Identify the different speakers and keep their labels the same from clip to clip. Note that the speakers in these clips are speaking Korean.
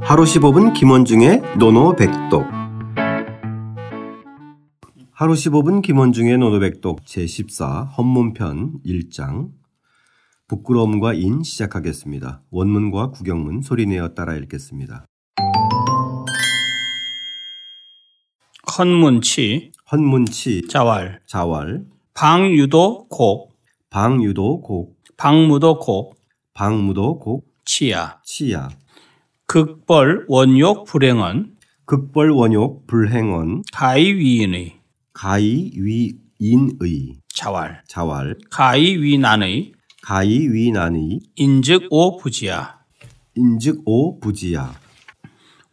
Speaker 1: 하루 15분 김원중의 노노백독 하루 15분 김원중의 노노백독 제14 헌문편 1장 부끄러움과 인 시작하겠습니다. 원문과 구경문 소리내어 따라 읽겠습니다.
Speaker 2: 컨문치
Speaker 1: 헌문치
Speaker 2: 자왈
Speaker 1: 자왈
Speaker 2: 방유도 곡
Speaker 1: 방유도 곡
Speaker 2: 방무도 곡
Speaker 1: 방무도 곡
Speaker 2: 치야
Speaker 1: 치야
Speaker 2: 극벌 원욕 불행은
Speaker 1: 극벌 원욕 불행원
Speaker 2: 가이 위인의
Speaker 1: 가이 위인의
Speaker 2: 자왈
Speaker 1: 자왈
Speaker 2: 가이 위난의
Speaker 1: 가이 위난의
Speaker 2: 인즉 오 부지야
Speaker 1: 인즉오 부지야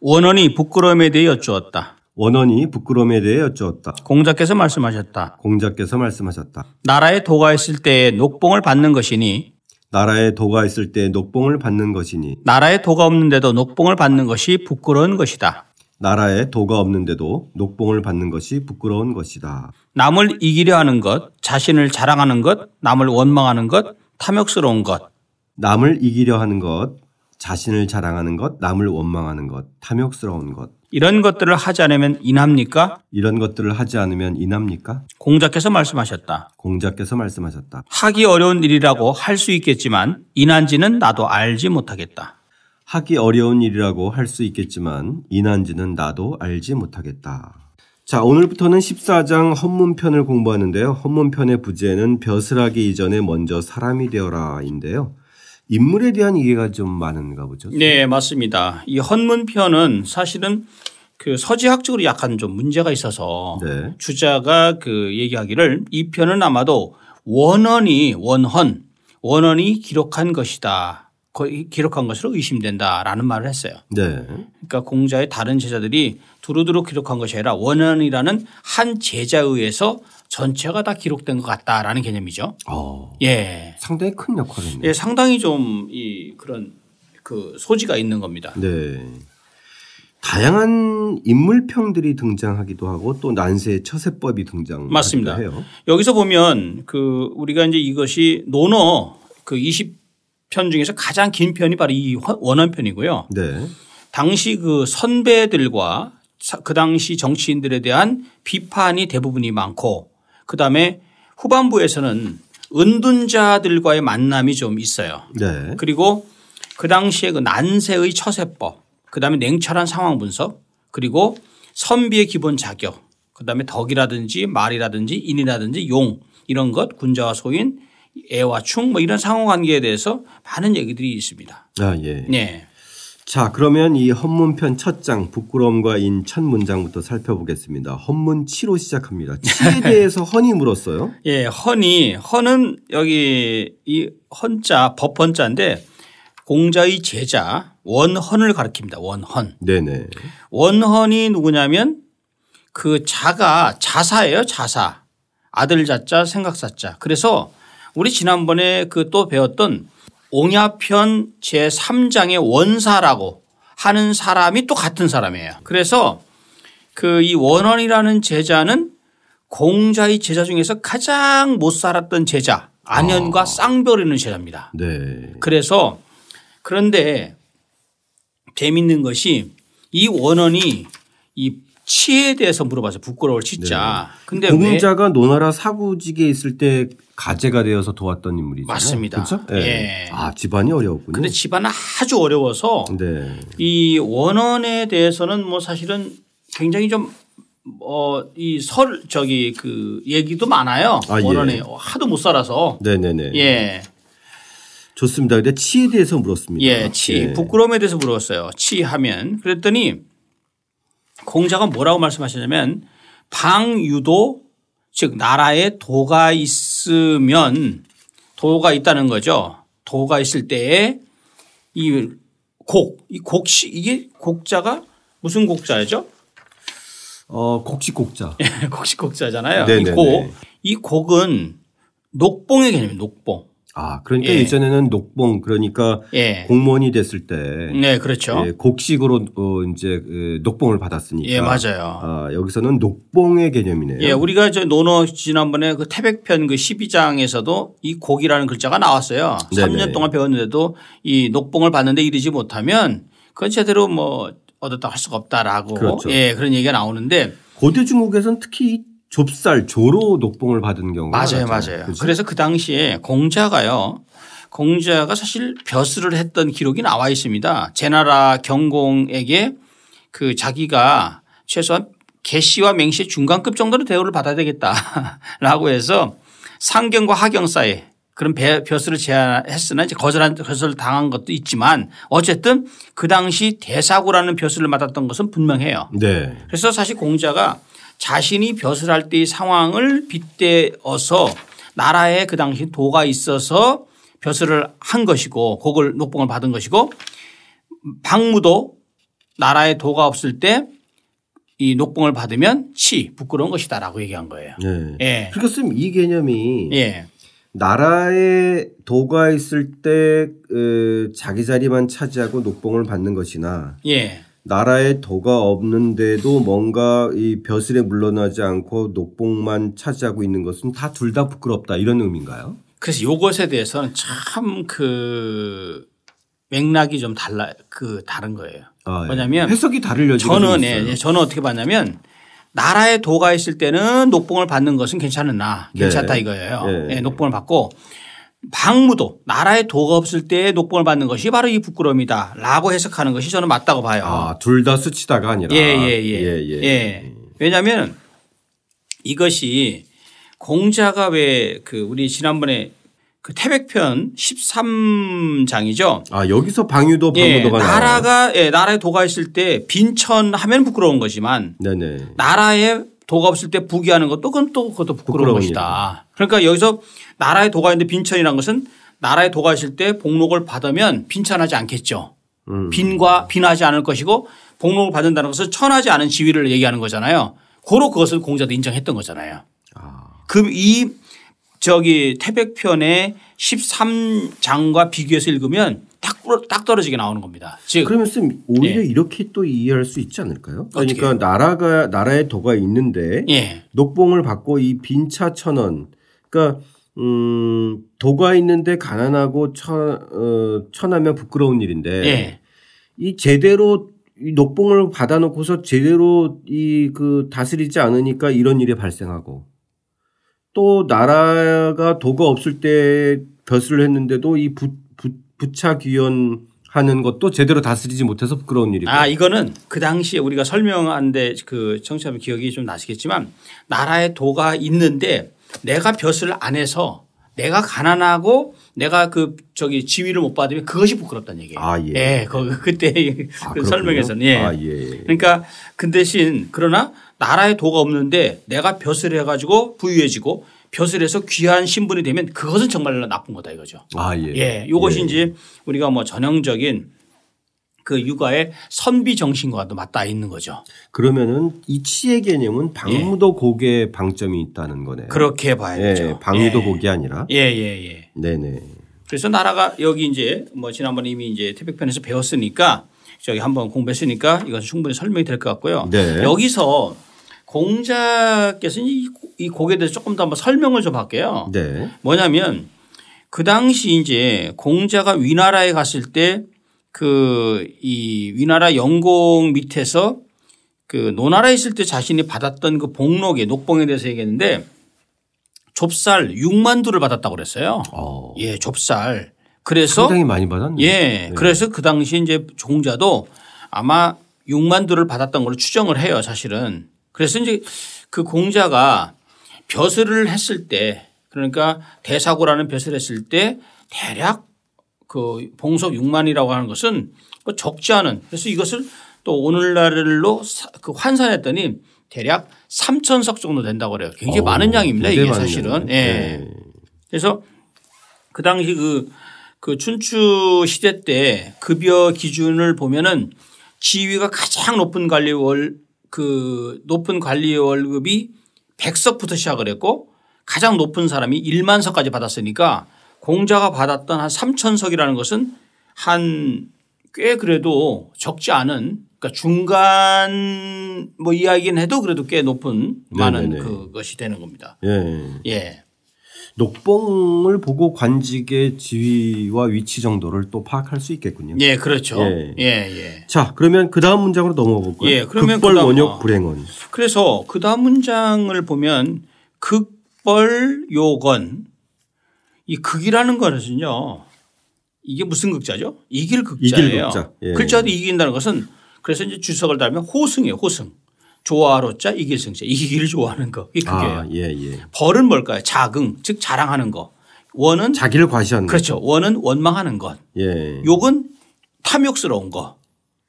Speaker 2: 원원이 부끄러움에 대해 여쭈었다.
Speaker 1: 원원이 부끄러움에 대해 여쭈었다.
Speaker 2: 공자께서 말씀하셨다.
Speaker 1: 공자께서 말씀하셨다.
Speaker 2: 나라에 도가 있을 때에 녹봉을 받는 것이니
Speaker 1: 나라에 도가 있을 때 녹봉을 받는 것이니
Speaker 2: 나라에 도가 없는데도 녹봉을 받는 것이 부끄러운 것이다.
Speaker 1: 나라에 도가 없는데도 녹봉을 받는 것이 부끄러운 것이다.
Speaker 2: 남을 이기려 하는 것, 자신을 자랑하는 것, 남을 원망하는 것, 탐욕스러운 것,
Speaker 1: 남을 이기려 하는 것, 자신을 자랑하는 것, 남을 원망하는 것, 탐욕스러운 것
Speaker 2: 이런 것들을 하지 않으면 인합니까?
Speaker 1: 이런 것들을 하지 않으면 인합니까?
Speaker 2: 공자께서 말씀하셨다.
Speaker 1: 공자께서 말씀하셨다.
Speaker 2: 하기 어려운 일이라고 할 수 있겠지만 인한지는 나도 알지 못하겠다.
Speaker 1: 하기 어려운 일이라고 할 수 있겠지만 인한지는 나도 알지 못하겠다. 자, 오늘부터는 14장 헌문편을 공부하는데요. 헌문편의 부제는 벼슬하기 이전에 먼저 사람이 되어라인데요. 인물에 대한 이해가 좀 많은가 보죠.
Speaker 2: 네, 맞습니다. 이 헌문편은 사실은 그 서지학적으로 약간 좀 문제가 있어서
Speaker 1: 네.
Speaker 2: 주자가 그 얘기하기를 이 편은 아마도 원언이 원헌 원언이 기록한 것이다. 거의 기록한 것으로 의심된다라는 말을 했어요.
Speaker 1: 네.
Speaker 2: 그러니까 공자의 다른 제자들이 두루두루 기록한 것이 아니라 원언이라는 한 제자에 의해서 전체가 다 기록된 것 같다라는 개념이죠.
Speaker 1: 어,
Speaker 2: 예.
Speaker 1: 상당히 큰 역할을 했네요.
Speaker 2: 예, 상당히 좀 이 그런 그 소지가 있는 겁니다.
Speaker 1: 네. 다양한 인물평들이 등장하기도 하고 또 난세의 처세법이 등장하기도
Speaker 2: 맞습니다.
Speaker 1: 해요.
Speaker 2: 여기서 보면 그 우리가 이제 이것이 논어 그 20편 중에서 가장 긴 편이 바로 이 원언편이고요.
Speaker 1: 네.
Speaker 2: 당시 그 선배들과 사- 그 당시 정치인들에 대한 비판이 대부분이 많고 그다음에 후반부에서는 은둔자들과의 만남이 좀 있어요.
Speaker 1: 네.
Speaker 2: 그리고 그 당시에 그 난세의 처세법, 그다음에 냉철한 상황 분석, 그리고 선비의 기본 자격, 그다음에 덕이라든지 말이라든지 인이라든지 용 이런 것 군자와 소인 애와 충 뭐 이런 상호 관계에 대해서 많은 얘기들이 있습니다.
Speaker 1: 아, 예.
Speaker 2: 네.
Speaker 1: 자, 그러면 이 헌문편 첫 장, 부끄러움과 인 첫 문장부터 살펴보겠습니다. 헌문 치로 시작합니다. 치에
Speaker 2: 네.
Speaker 1: 대해서 헌이 물었어요.
Speaker 2: 예, 헌이 헌은 여기 이 헌자 법헌자인데 공자의 제자 원헌을 가리킵니다. 원헌.
Speaker 1: 네네.
Speaker 2: 원헌이 누구냐면 그 자가 자사예요. 자사. 아들 자자 생각사자. 그래서 우리 지난번에 그 또 배웠던 옹야편 제3장의 원사라고 하는 사람이 또 같은 사람이에요. 그래서 그 이 원헌이라는 제자는 공자의 제자 중에서 가장 못 살았던 제자 안현과 쌍별이는 제자입니다.
Speaker 1: 네.
Speaker 2: 그래서 그런데 재밌는 것이 이 원언이 이 치에 대해서 물어봐서 부끄러울 치자. 근데 왜
Speaker 1: 네. 공자가 노나라 사구직에 있을 때 가제가 되어서 도왔던 인물이죠.
Speaker 2: 맞습니다.
Speaker 1: 그렇죠?
Speaker 2: 예.
Speaker 1: 아, 집안이 어려웠군요.
Speaker 2: 근데 집안은 아주 어려워서
Speaker 1: 네.
Speaker 2: 이 원언에 대해서는 뭐 사실은 굉장히 어, 좀어이설 저기 그 얘기도 많아요.
Speaker 1: 아, 예.
Speaker 2: 원언에 하도 못 살아서
Speaker 1: 네네네.
Speaker 2: 예.
Speaker 1: 좋습니다. 근데 치에 대해서 물었습니다.
Speaker 2: 예, 치. 부끄러움에 대해서 물었어요. 치 하면. 그랬더니 공자가 뭐라고 말씀하셨냐면 방유도 즉 나라에 도가 있으면 도가 있다는 거죠. 도가 있을 때에 이 곡, 이 곡시 이게 곡자가 무슨 곡자죠?
Speaker 1: 어, 곡지곡자.
Speaker 2: 예. 곡시 곡자잖아요.
Speaker 1: 네네네.
Speaker 2: 이 곡. 이 곡은 녹봉의 개념이에요. 녹봉.
Speaker 1: 아, 그러니까
Speaker 2: 예.
Speaker 1: 예전에는 녹봉, 그러니까
Speaker 2: 예.
Speaker 1: 공무원이 됐을 때
Speaker 2: 네, 그렇죠.
Speaker 1: 예, 곡식으로 어, 이제 그 녹봉을 받았으니까.
Speaker 2: 예, 맞아요.
Speaker 1: 아, 여기서는 녹봉의 개념이네요.
Speaker 2: 예, 우리가 저 논어 지난번에 그 태백편 그 12장에서도 이 곡이라는 글자가 나왔어요.
Speaker 1: 네네.
Speaker 2: 3년 동안 배웠는데도 이 녹봉을 봤는데 이르지 못하면 그건 제대로 뭐 얻었다 할 수가 없다라고
Speaker 1: 그렇죠.
Speaker 2: 예 그런 얘기가 나오는데
Speaker 1: 고대 중국에서는 특히 이 좁쌀 조로 녹봉을 받은 경우가
Speaker 2: 맞아요,
Speaker 1: 많았잖아요.
Speaker 2: 맞아요.
Speaker 1: 그죠?
Speaker 2: 그래서그 당시에 공자가요. 공자가 사실 벼슬을 했던 기록이 나와 있습니다. 제나라 경공에게 그 자기가 최소한 개씨와 맹씨의 중간급 정도는 대우를 받아야 되겠다라고 해서 상경과 하경 사이 그런 벼- 벼슬을 제안했으나 이제 거절한 거절 당한 것도 있지만 어쨌든 그 당시 대사고라는 벼슬을 맡았던 것은 분명해요.
Speaker 1: 네.
Speaker 2: 그래서 사실 공자가 자신이 벼슬할 때의 상황을 빗대어서 나라에 그 당시 도가 있어서 벼슬을 한 것이고 그걸 녹봉을 받은 것이고 박무도 나라에 도가 없을 때 이 녹봉을 받으면 치 부끄러운 것이다라고 얘기한 거예요.
Speaker 1: 네.
Speaker 2: 예.
Speaker 1: 그러니까 쌤, 이 개념이
Speaker 2: 예.
Speaker 1: 나라에 도가 있을 때 에, 자기 자리만 차지하고 녹봉을 받는 것이나
Speaker 2: 예.
Speaker 1: 나라에 도가 없는데도 뭔가 이 벼슬에 물러나지 않고 녹봉만 차지하고 있는 것은 다 둘 다 부끄럽다 이런 의미인가요?
Speaker 2: 그래서 요것에 대해서는 참 그 맥락이 좀 달라 그 다른 거예요.
Speaker 1: 아, 예.
Speaker 2: 뭐냐면
Speaker 1: 해석이 다를 여지가 좀
Speaker 2: 저는
Speaker 1: 있어요.
Speaker 2: 예, 예, 저는 어떻게 봤냐면 나라에 도가 있을 때는 녹봉을 받는 것은 괜찮으나
Speaker 1: 네.
Speaker 2: 괜찮다 이거예요.
Speaker 1: 네.
Speaker 2: 예, 녹봉을 받고 방무도 나라에 도가 없을 때 녹봉을 받는 것이 바로 이 부끄러움이다라고 해석하는 것이 저는 맞다고 봐요.
Speaker 1: 아, 둘 다 수치다가 아니라
Speaker 2: 예, 예, 예.
Speaker 1: 예, 예.
Speaker 2: 예. 왜냐하면 이것이 공자가 왜 그 우리 지난번에 그 태백편 13장이죠.
Speaker 1: 아, 여기서 방유도
Speaker 2: 예,
Speaker 1: 방무도가 나와요.
Speaker 2: 나라가 예, 나라에 도가 있을 때 빈천 하면 부끄러운 거지만
Speaker 1: 네네.
Speaker 2: 나라에 도가 없을 때 부귀하는 것도 그건 또 그것도 부끄러운
Speaker 1: 부끄러운
Speaker 2: 것이다. 그러니까 여기서 나라에 도가 있는데 빈천이라는 것은 나라에 도가 있을 때 복록을 받으면 빈천하지 않겠죠.
Speaker 1: 음.
Speaker 2: 빈과 빈하지 않을 것이고 복록을 받는다는 것은 천하지 않은 지위를 얘기하는 거잖아요. 고로 그것을 공자도 인정했던 거잖아요.
Speaker 1: 아,
Speaker 2: 그 이 저기 태백편의 13장과 비교해서 읽으면 딱, 부러- 딱 떨어지게 나오는 겁니다. 즉
Speaker 1: 그러면 쌤 오히려 이렇게 또 이해할 수 있지 않을까요?
Speaker 2: 예. 어떻게
Speaker 1: 그러니까 나라가 나라에 도가 있는데
Speaker 2: 예.
Speaker 1: 녹봉을 받고 이 빈차 천원. 그러니까 음, 도가 있는데 가난하고 천, 어, 천하면 부끄러운 일인데
Speaker 2: 예.
Speaker 1: 이 제대로 이 녹봉을 받아놓고서 제대로 이 그 다스리지 않으니까 이런 일이 발생하고 또 나라가 도가 없을 때 벼슬을 했는데도 이 부, 부, 부차 귀연 하는 것도 제대로 다스리지 못해서 부끄러운 일이고
Speaker 2: 아, 이거는 그 당시에 우리가 설명한데 그 청취하면 기억이 좀 나시겠지만 나라에 도가 있는데 내가 벼슬 안 해서 내가 가난하고 내가 그 저기 지위를 못 받으면 그것이 부끄럽다는 얘기예요.
Speaker 1: 아, 예.
Speaker 2: 그, 그때
Speaker 1: 아,
Speaker 2: 그
Speaker 1: 그렇군요.
Speaker 2: 설명에서는 예.
Speaker 1: 아, 예.
Speaker 2: 그러니까 그 대신 그러나 나라에 도가 없는데 내가 벼슬 해 가지고 부유해지고 벼슬에서 귀한 신분이 되면 그것은 정말 나쁜 거다 이거죠.
Speaker 1: 아, 예.
Speaker 2: 예, 요것이 이제 우리가 뭐 전형적인 그 육아의 선비 정신과도 맞닿아 있는 거죠.
Speaker 1: 예. 그러면은 이 치의 개념은 방무도 고개의 방점이 있다는 거네요.
Speaker 2: 예. 그렇게 봐야죠.
Speaker 1: 예, 방유도 고개 아니라.
Speaker 2: 예, 예, 예.
Speaker 1: 네네.
Speaker 2: 그래서 나라가 여기 이제 뭐 지난번에 이미 이제 태백편에서 배웠으니까 저기 한번 공부했으니까 이건 충분히 설명이 될 것 같고요.
Speaker 1: 네.
Speaker 2: 여기서 공자께서 이 고- 이 곡에 대해서 조금 더 한번 설명을 좀 할게요.
Speaker 1: 네.
Speaker 2: 뭐냐면 그 당시 이제 공자가 위나라에 갔을 때 그 이 위나라 영공 밑에서 그 노나라에 있을 때 자신이 받았던 그 복록에 녹봉에 대해서 얘기했는데 좁쌀 6만 두를 받았다고 그랬어요.
Speaker 1: 어.
Speaker 2: 예, 좁쌀. 그래서
Speaker 1: 상당히 많이 받았네.
Speaker 2: 예. 그래서 그 당시 이제 종자도 아마 6만 두를 받았던 걸로 추정을 해요, 사실은. 그래서 이제 그 공자가 벼슬을 했을 때 그러니까 대사고라는 벼슬을 했을 때 대략 그 봉석 6만이라고 하는 것은 뭐 적지 않은 그래서 이것을 또 오늘날로 사- 그 환산했더니 대략 3천석 정도 된다고 그래요. 굉장히
Speaker 1: 어우,
Speaker 2: 많은 양입니다.
Speaker 1: 굉장히
Speaker 2: 이게
Speaker 1: 많은
Speaker 2: 사실은.
Speaker 1: 양이네.
Speaker 2: 예. 그래서 그 당시 그, 그 춘추 시대 때 급여 기준을 보면은 지위가 가장 높은 관리 월, 그 높은 관리 월급이 100석부터 시작을 했고 가장 높은 사람이 1만 석까지 받았으니까 공자가 받았던 한 3천 석이라는 것은 한 꽤 그래도 적지 않은 그러니까 중간 뭐 이야기는 해도 그래도 꽤 높은 많은
Speaker 1: 네네네.
Speaker 2: 그것이 되는 겁니다.
Speaker 1: 예.
Speaker 2: 예.
Speaker 1: 녹봉을 보고 관직의 지위와 위치 정도를 또 파악할 수 있겠군요.
Speaker 2: 예, 그렇죠.
Speaker 1: 예.
Speaker 2: 예, 예.
Speaker 1: 자, 그러면 그 다음 문장으로 넘어가 볼까요?
Speaker 2: 예, 그러면
Speaker 1: 극벌
Speaker 2: 그다음
Speaker 1: 원역
Speaker 2: 뭐.
Speaker 1: 불행원.
Speaker 2: 그래서 그 다음 문장을 보면 극벌 요건 이 극이라는 것은요 이게 무슨 극자죠? 이길 극자예요.
Speaker 1: 이길 극자. 예.
Speaker 2: 글자도 이긴다는 것은 그래서 이제 주석을 달면 호승이에요. 호승. 조화로자 이길 승자. 이기기를 좋아하는 거. 이게 그게요.
Speaker 1: 아, 예, 예.
Speaker 2: 벌은 뭘까요? 자긍 즉 자랑하는 거. 원은
Speaker 1: 자기를 과시하는.
Speaker 2: 그렇죠. 원은 원망하는 것.
Speaker 1: 예.
Speaker 2: 욕은 탐욕스러운 거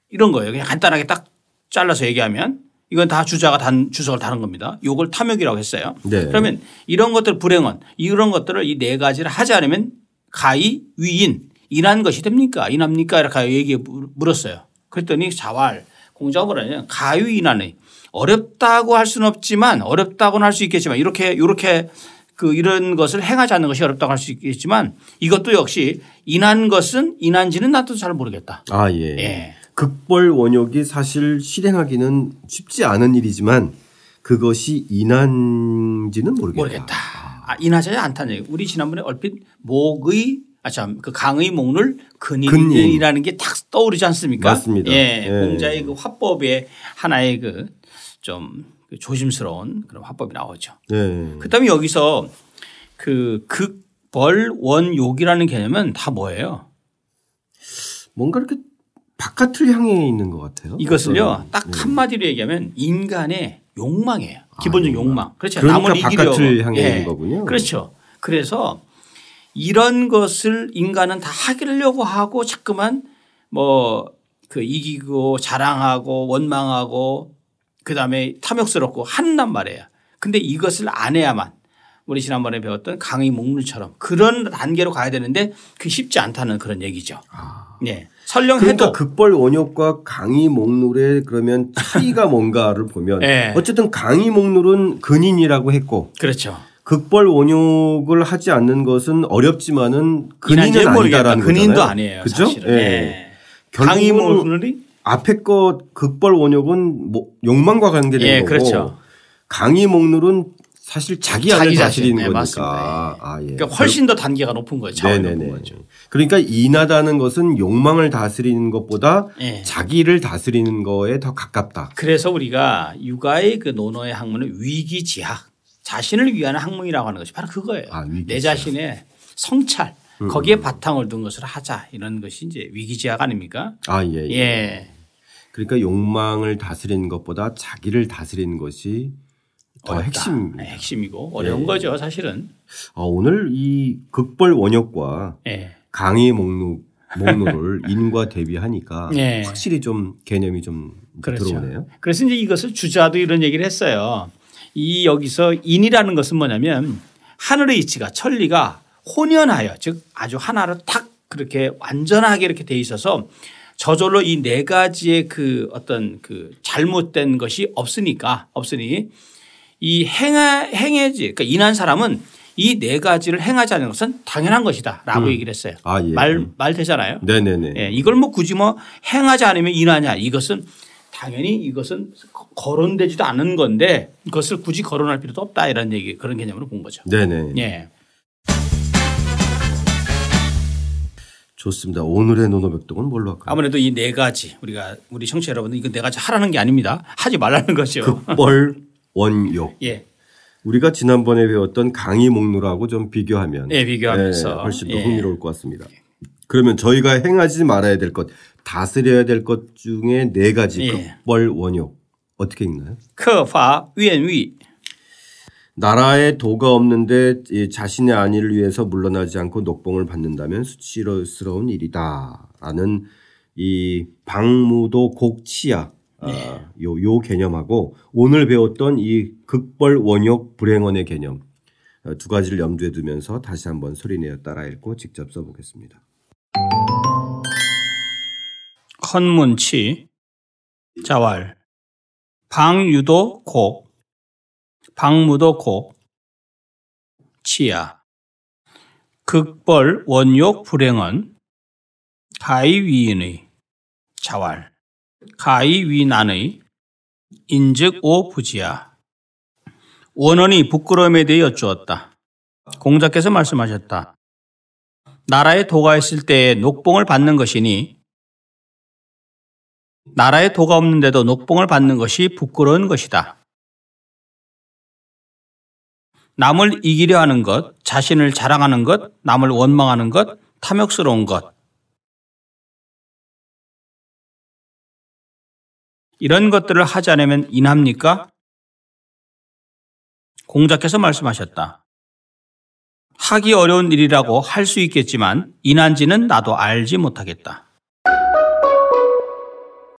Speaker 2: 이런 거예요. 그냥 간단하게 딱 잘라서 얘기하면 이건 다 주자가 단 주석을 다는 겁니다. 욕을 탐욕이라고 했어요.
Speaker 1: 네.
Speaker 2: 그러면 이런 것들 불행은 이런 것들을 이 네 가지를 하지 않으면 가히 위인 인한 것이 됩니까? 인합니까? 이렇게 얘기해 물- 물었어요. 그랬더니 자활 공자가 뭐라냐면 가위 인한의 어렵다고 할 수는 없지만 어렵다고는 할 수 있겠지만 이렇게 이렇게 그 이런 것을 행하지 않는 것이 어렵다고 할 수 있겠지만 이것도 역시 인한 것은 인한지는 나도 잘 모르겠다.
Speaker 1: 아, 예.
Speaker 2: 예.
Speaker 1: 극벌 원역이 사실 실행하기는 쉽지 않은 일이지만 그것이 인한지는 모르겠다.
Speaker 2: 모르겠다. 아, 인하지 않다는 얘기. 우리 지난번에 얼핏 목의 아참 그 강의 목을 근인이라는 게 딱 떠오르지 않습니까?
Speaker 1: 맞습니다.
Speaker 2: 예,
Speaker 1: 예.
Speaker 2: 공자의 그 화법의 하나의 그 좀 조심스러운 그런 화법이 나오죠.
Speaker 1: 네.
Speaker 2: 그다음에 여기서 그 극벌원욕이라는 개념은 다 뭐예요?
Speaker 1: 뭔가 이렇게 바깥을 향해 있는 것 같아요.
Speaker 2: 이것을요
Speaker 1: 어떤- 그렇죠. 예.
Speaker 2: 딱 한마디로 얘기하면 인간의 욕망이에요. 기본적 욕망. 그렇죠.
Speaker 1: 아, 그러니까
Speaker 2: 남을 이기려고.
Speaker 1: 바깥을 향해
Speaker 2: 예.
Speaker 1: 있는 거군요.
Speaker 2: 그렇죠. 그래서 이런 것을 인간은 다 하려고 하고 자꾸만 뭐 그 이기고 자랑하고 원망하고 그다음에 탐욕스럽고 한단 말이에요. 근데 이것을 안 해야만 우리 지난번에 배웠던 강의 목물처럼 그런 단계로 가야 되는데 그게 쉽지 않다는 그런 얘기죠. 네. 설령 해도
Speaker 1: 아. 그러니까 극벌 원역과 강의 목룰의 그러면 차이가 뭔가를 보면
Speaker 2: 예.
Speaker 1: 어쨌든 강의 목룰은 근인이라고 했고
Speaker 2: 그렇죠.
Speaker 1: 극벌 원역을 하지 않는 것은 어렵지만은 근인은
Speaker 2: 근인은 모르겠다.
Speaker 1: 아니다라는
Speaker 2: 근인도
Speaker 1: 거잖아요.
Speaker 2: 아니에요.
Speaker 1: 그죠?
Speaker 2: 사실은.
Speaker 1: 예.
Speaker 2: 예.
Speaker 1: 결국은
Speaker 2: 강의 모르는
Speaker 1: 앞에 것 극벌 원역은 뭐 욕망과 관계된
Speaker 2: 예,
Speaker 1: 거고
Speaker 2: 그렇죠.
Speaker 1: 강의 목룰은 사실 자기 안을
Speaker 2: 자기 자신.
Speaker 1: 다스리는
Speaker 2: 네,
Speaker 1: 거니까
Speaker 2: 맞습니다.
Speaker 1: 아, 예.
Speaker 2: 그러니까 훨씬 더 단계가 높은 거예요. 차원이 높은
Speaker 1: 네네네.
Speaker 2: 거죠.
Speaker 1: 그러니까 인하다는 것은 욕망을 다스리는 것보다
Speaker 2: 예.
Speaker 1: 자기를 다스리는 거에 더 가깝다.
Speaker 2: 그래서 우리가 육아의 그 논어의 학문은 위기지학 자신을 위한 학문이라고 하는 것이 바로 그거예요.
Speaker 1: 아, 위기지학. 음,
Speaker 2: 내 자신의 성찰 거기에 바탕을 둔 것을 하자 이런 것이 이제 위기지학 아닙니까?
Speaker 1: 아 예. 예.
Speaker 2: 예.
Speaker 1: 그러니까 욕망을 다스리는 것보다 자기를 다스리는 것이 더
Speaker 2: 어렵다. 네.
Speaker 1: 핵심입니다.
Speaker 2: 핵심이고 어려운
Speaker 1: 예.
Speaker 2: 거죠 사실은.
Speaker 1: 아, 오늘 이 극벌 원역과
Speaker 2: 예.
Speaker 1: 강의 목록 목록을 인과 대비하니까
Speaker 2: 예.
Speaker 1: 확실히 좀 개념이 좀
Speaker 2: 그렇죠.
Speaker 1: 뭐 들어오네요.
Speaker 2: 그래서 이제 이것을 주자도 이런 얘기를 했어요. 이 여기서 인이라는 것은 뭐냐면 하늘의 이치가 천리가 혼연하여 즉 아주 하나로 탁 그렇게 완전하게 이렇게 돼 있어서 저절로 이 네 가지의 그 어떤 그 잘못된 것이 없으니까 없으니 이 행하, 행해지 그러니까 인한 사람은 이 네 가지를 행하지 않는 것은 당연한 것이다라고 얘기를 했어요.
Speaker 1: 아, 예.
Speaker 2: 말 말 되잖아요.
Speaker 1: 네네네.
Speaker 2: 예, 이걸 뭐 굳이 뭐 행하지 않으면 인하냐 이것은 당연히 이것은 거- 거론되지도 않은 건데 그것을 굳이 거론할 필요도 없다 이런 얘기 그런 개념으로 본 거죠.
Speaker 1: 네네.
Speaker 2: 예.
Speaker 1: 좋습니다. 오늘의 노노백동은 뭘로 할까요?
Speaker 2: 아무래도 이 네 가지 우리가 우리 청취자 여러분들 이거 네 가지 하라는 게 아닙니다. 하지 말라는 거죠.
Speaker 1: 그 극벌 원역.
Speaker 2: 예.
Speaker 1: 우리가 지난번에 배웠던 강의 목록하고 좀 비교하면
Speaker 2: 예, 비교하면서.
Speaker 1: 예, 훨씬 더
Speaker 2: 예.
Speaker 1: 흥미로울 것 같습니다. 그러면 저희가 행하지 말아야 될 것, 다스려야 될 것 중에 네 가지
Speaker 2: 예.
Speaker 1: 극벌 원욕 어떻게 읽나요?
Speaker 2: 크파 위엔위
Speaker 1: 나라에 도가 없는데 이 자신의 안위를 위해서 물러나지 않고 녹봉을 받는다면 수치스러운 일이다라는 이 방무도 곡치야 아, 요, 요 개념하고 오늘 배웠던 이 극벌 원욕 불행원의 개념 어, 두 가지를 염두에 두면서 다시 한번 소리내어 따라 읽고 직접 써보겠습니다.
Speaker 2: 컨문치 자왈 방유도 고 방무도 고 치야 극벌 원욕 불행은 가이 위인의 자왈 가이 위난의 인즉 오 부지야 원언이 부끄러움에 대해 여쭈었다 공자께서 말씀하셨다. 나라에 도가 있을 때에 녹봉을 받는 것이니 나라에 도가 없는데도 녹봉을 받는 것이 부끄러운 것이다. 남을 이기려 하는 것, 자신을 자랑하는 것, 남을 원망하는 것, 탐욕스러운 것. 이런 것들을 하지 않으면 인합니까? 공자께서 말씀하셨다. 하기 어려운 일이라고 할 수 있겠지만 인한지는 나도 알지 못하겠다.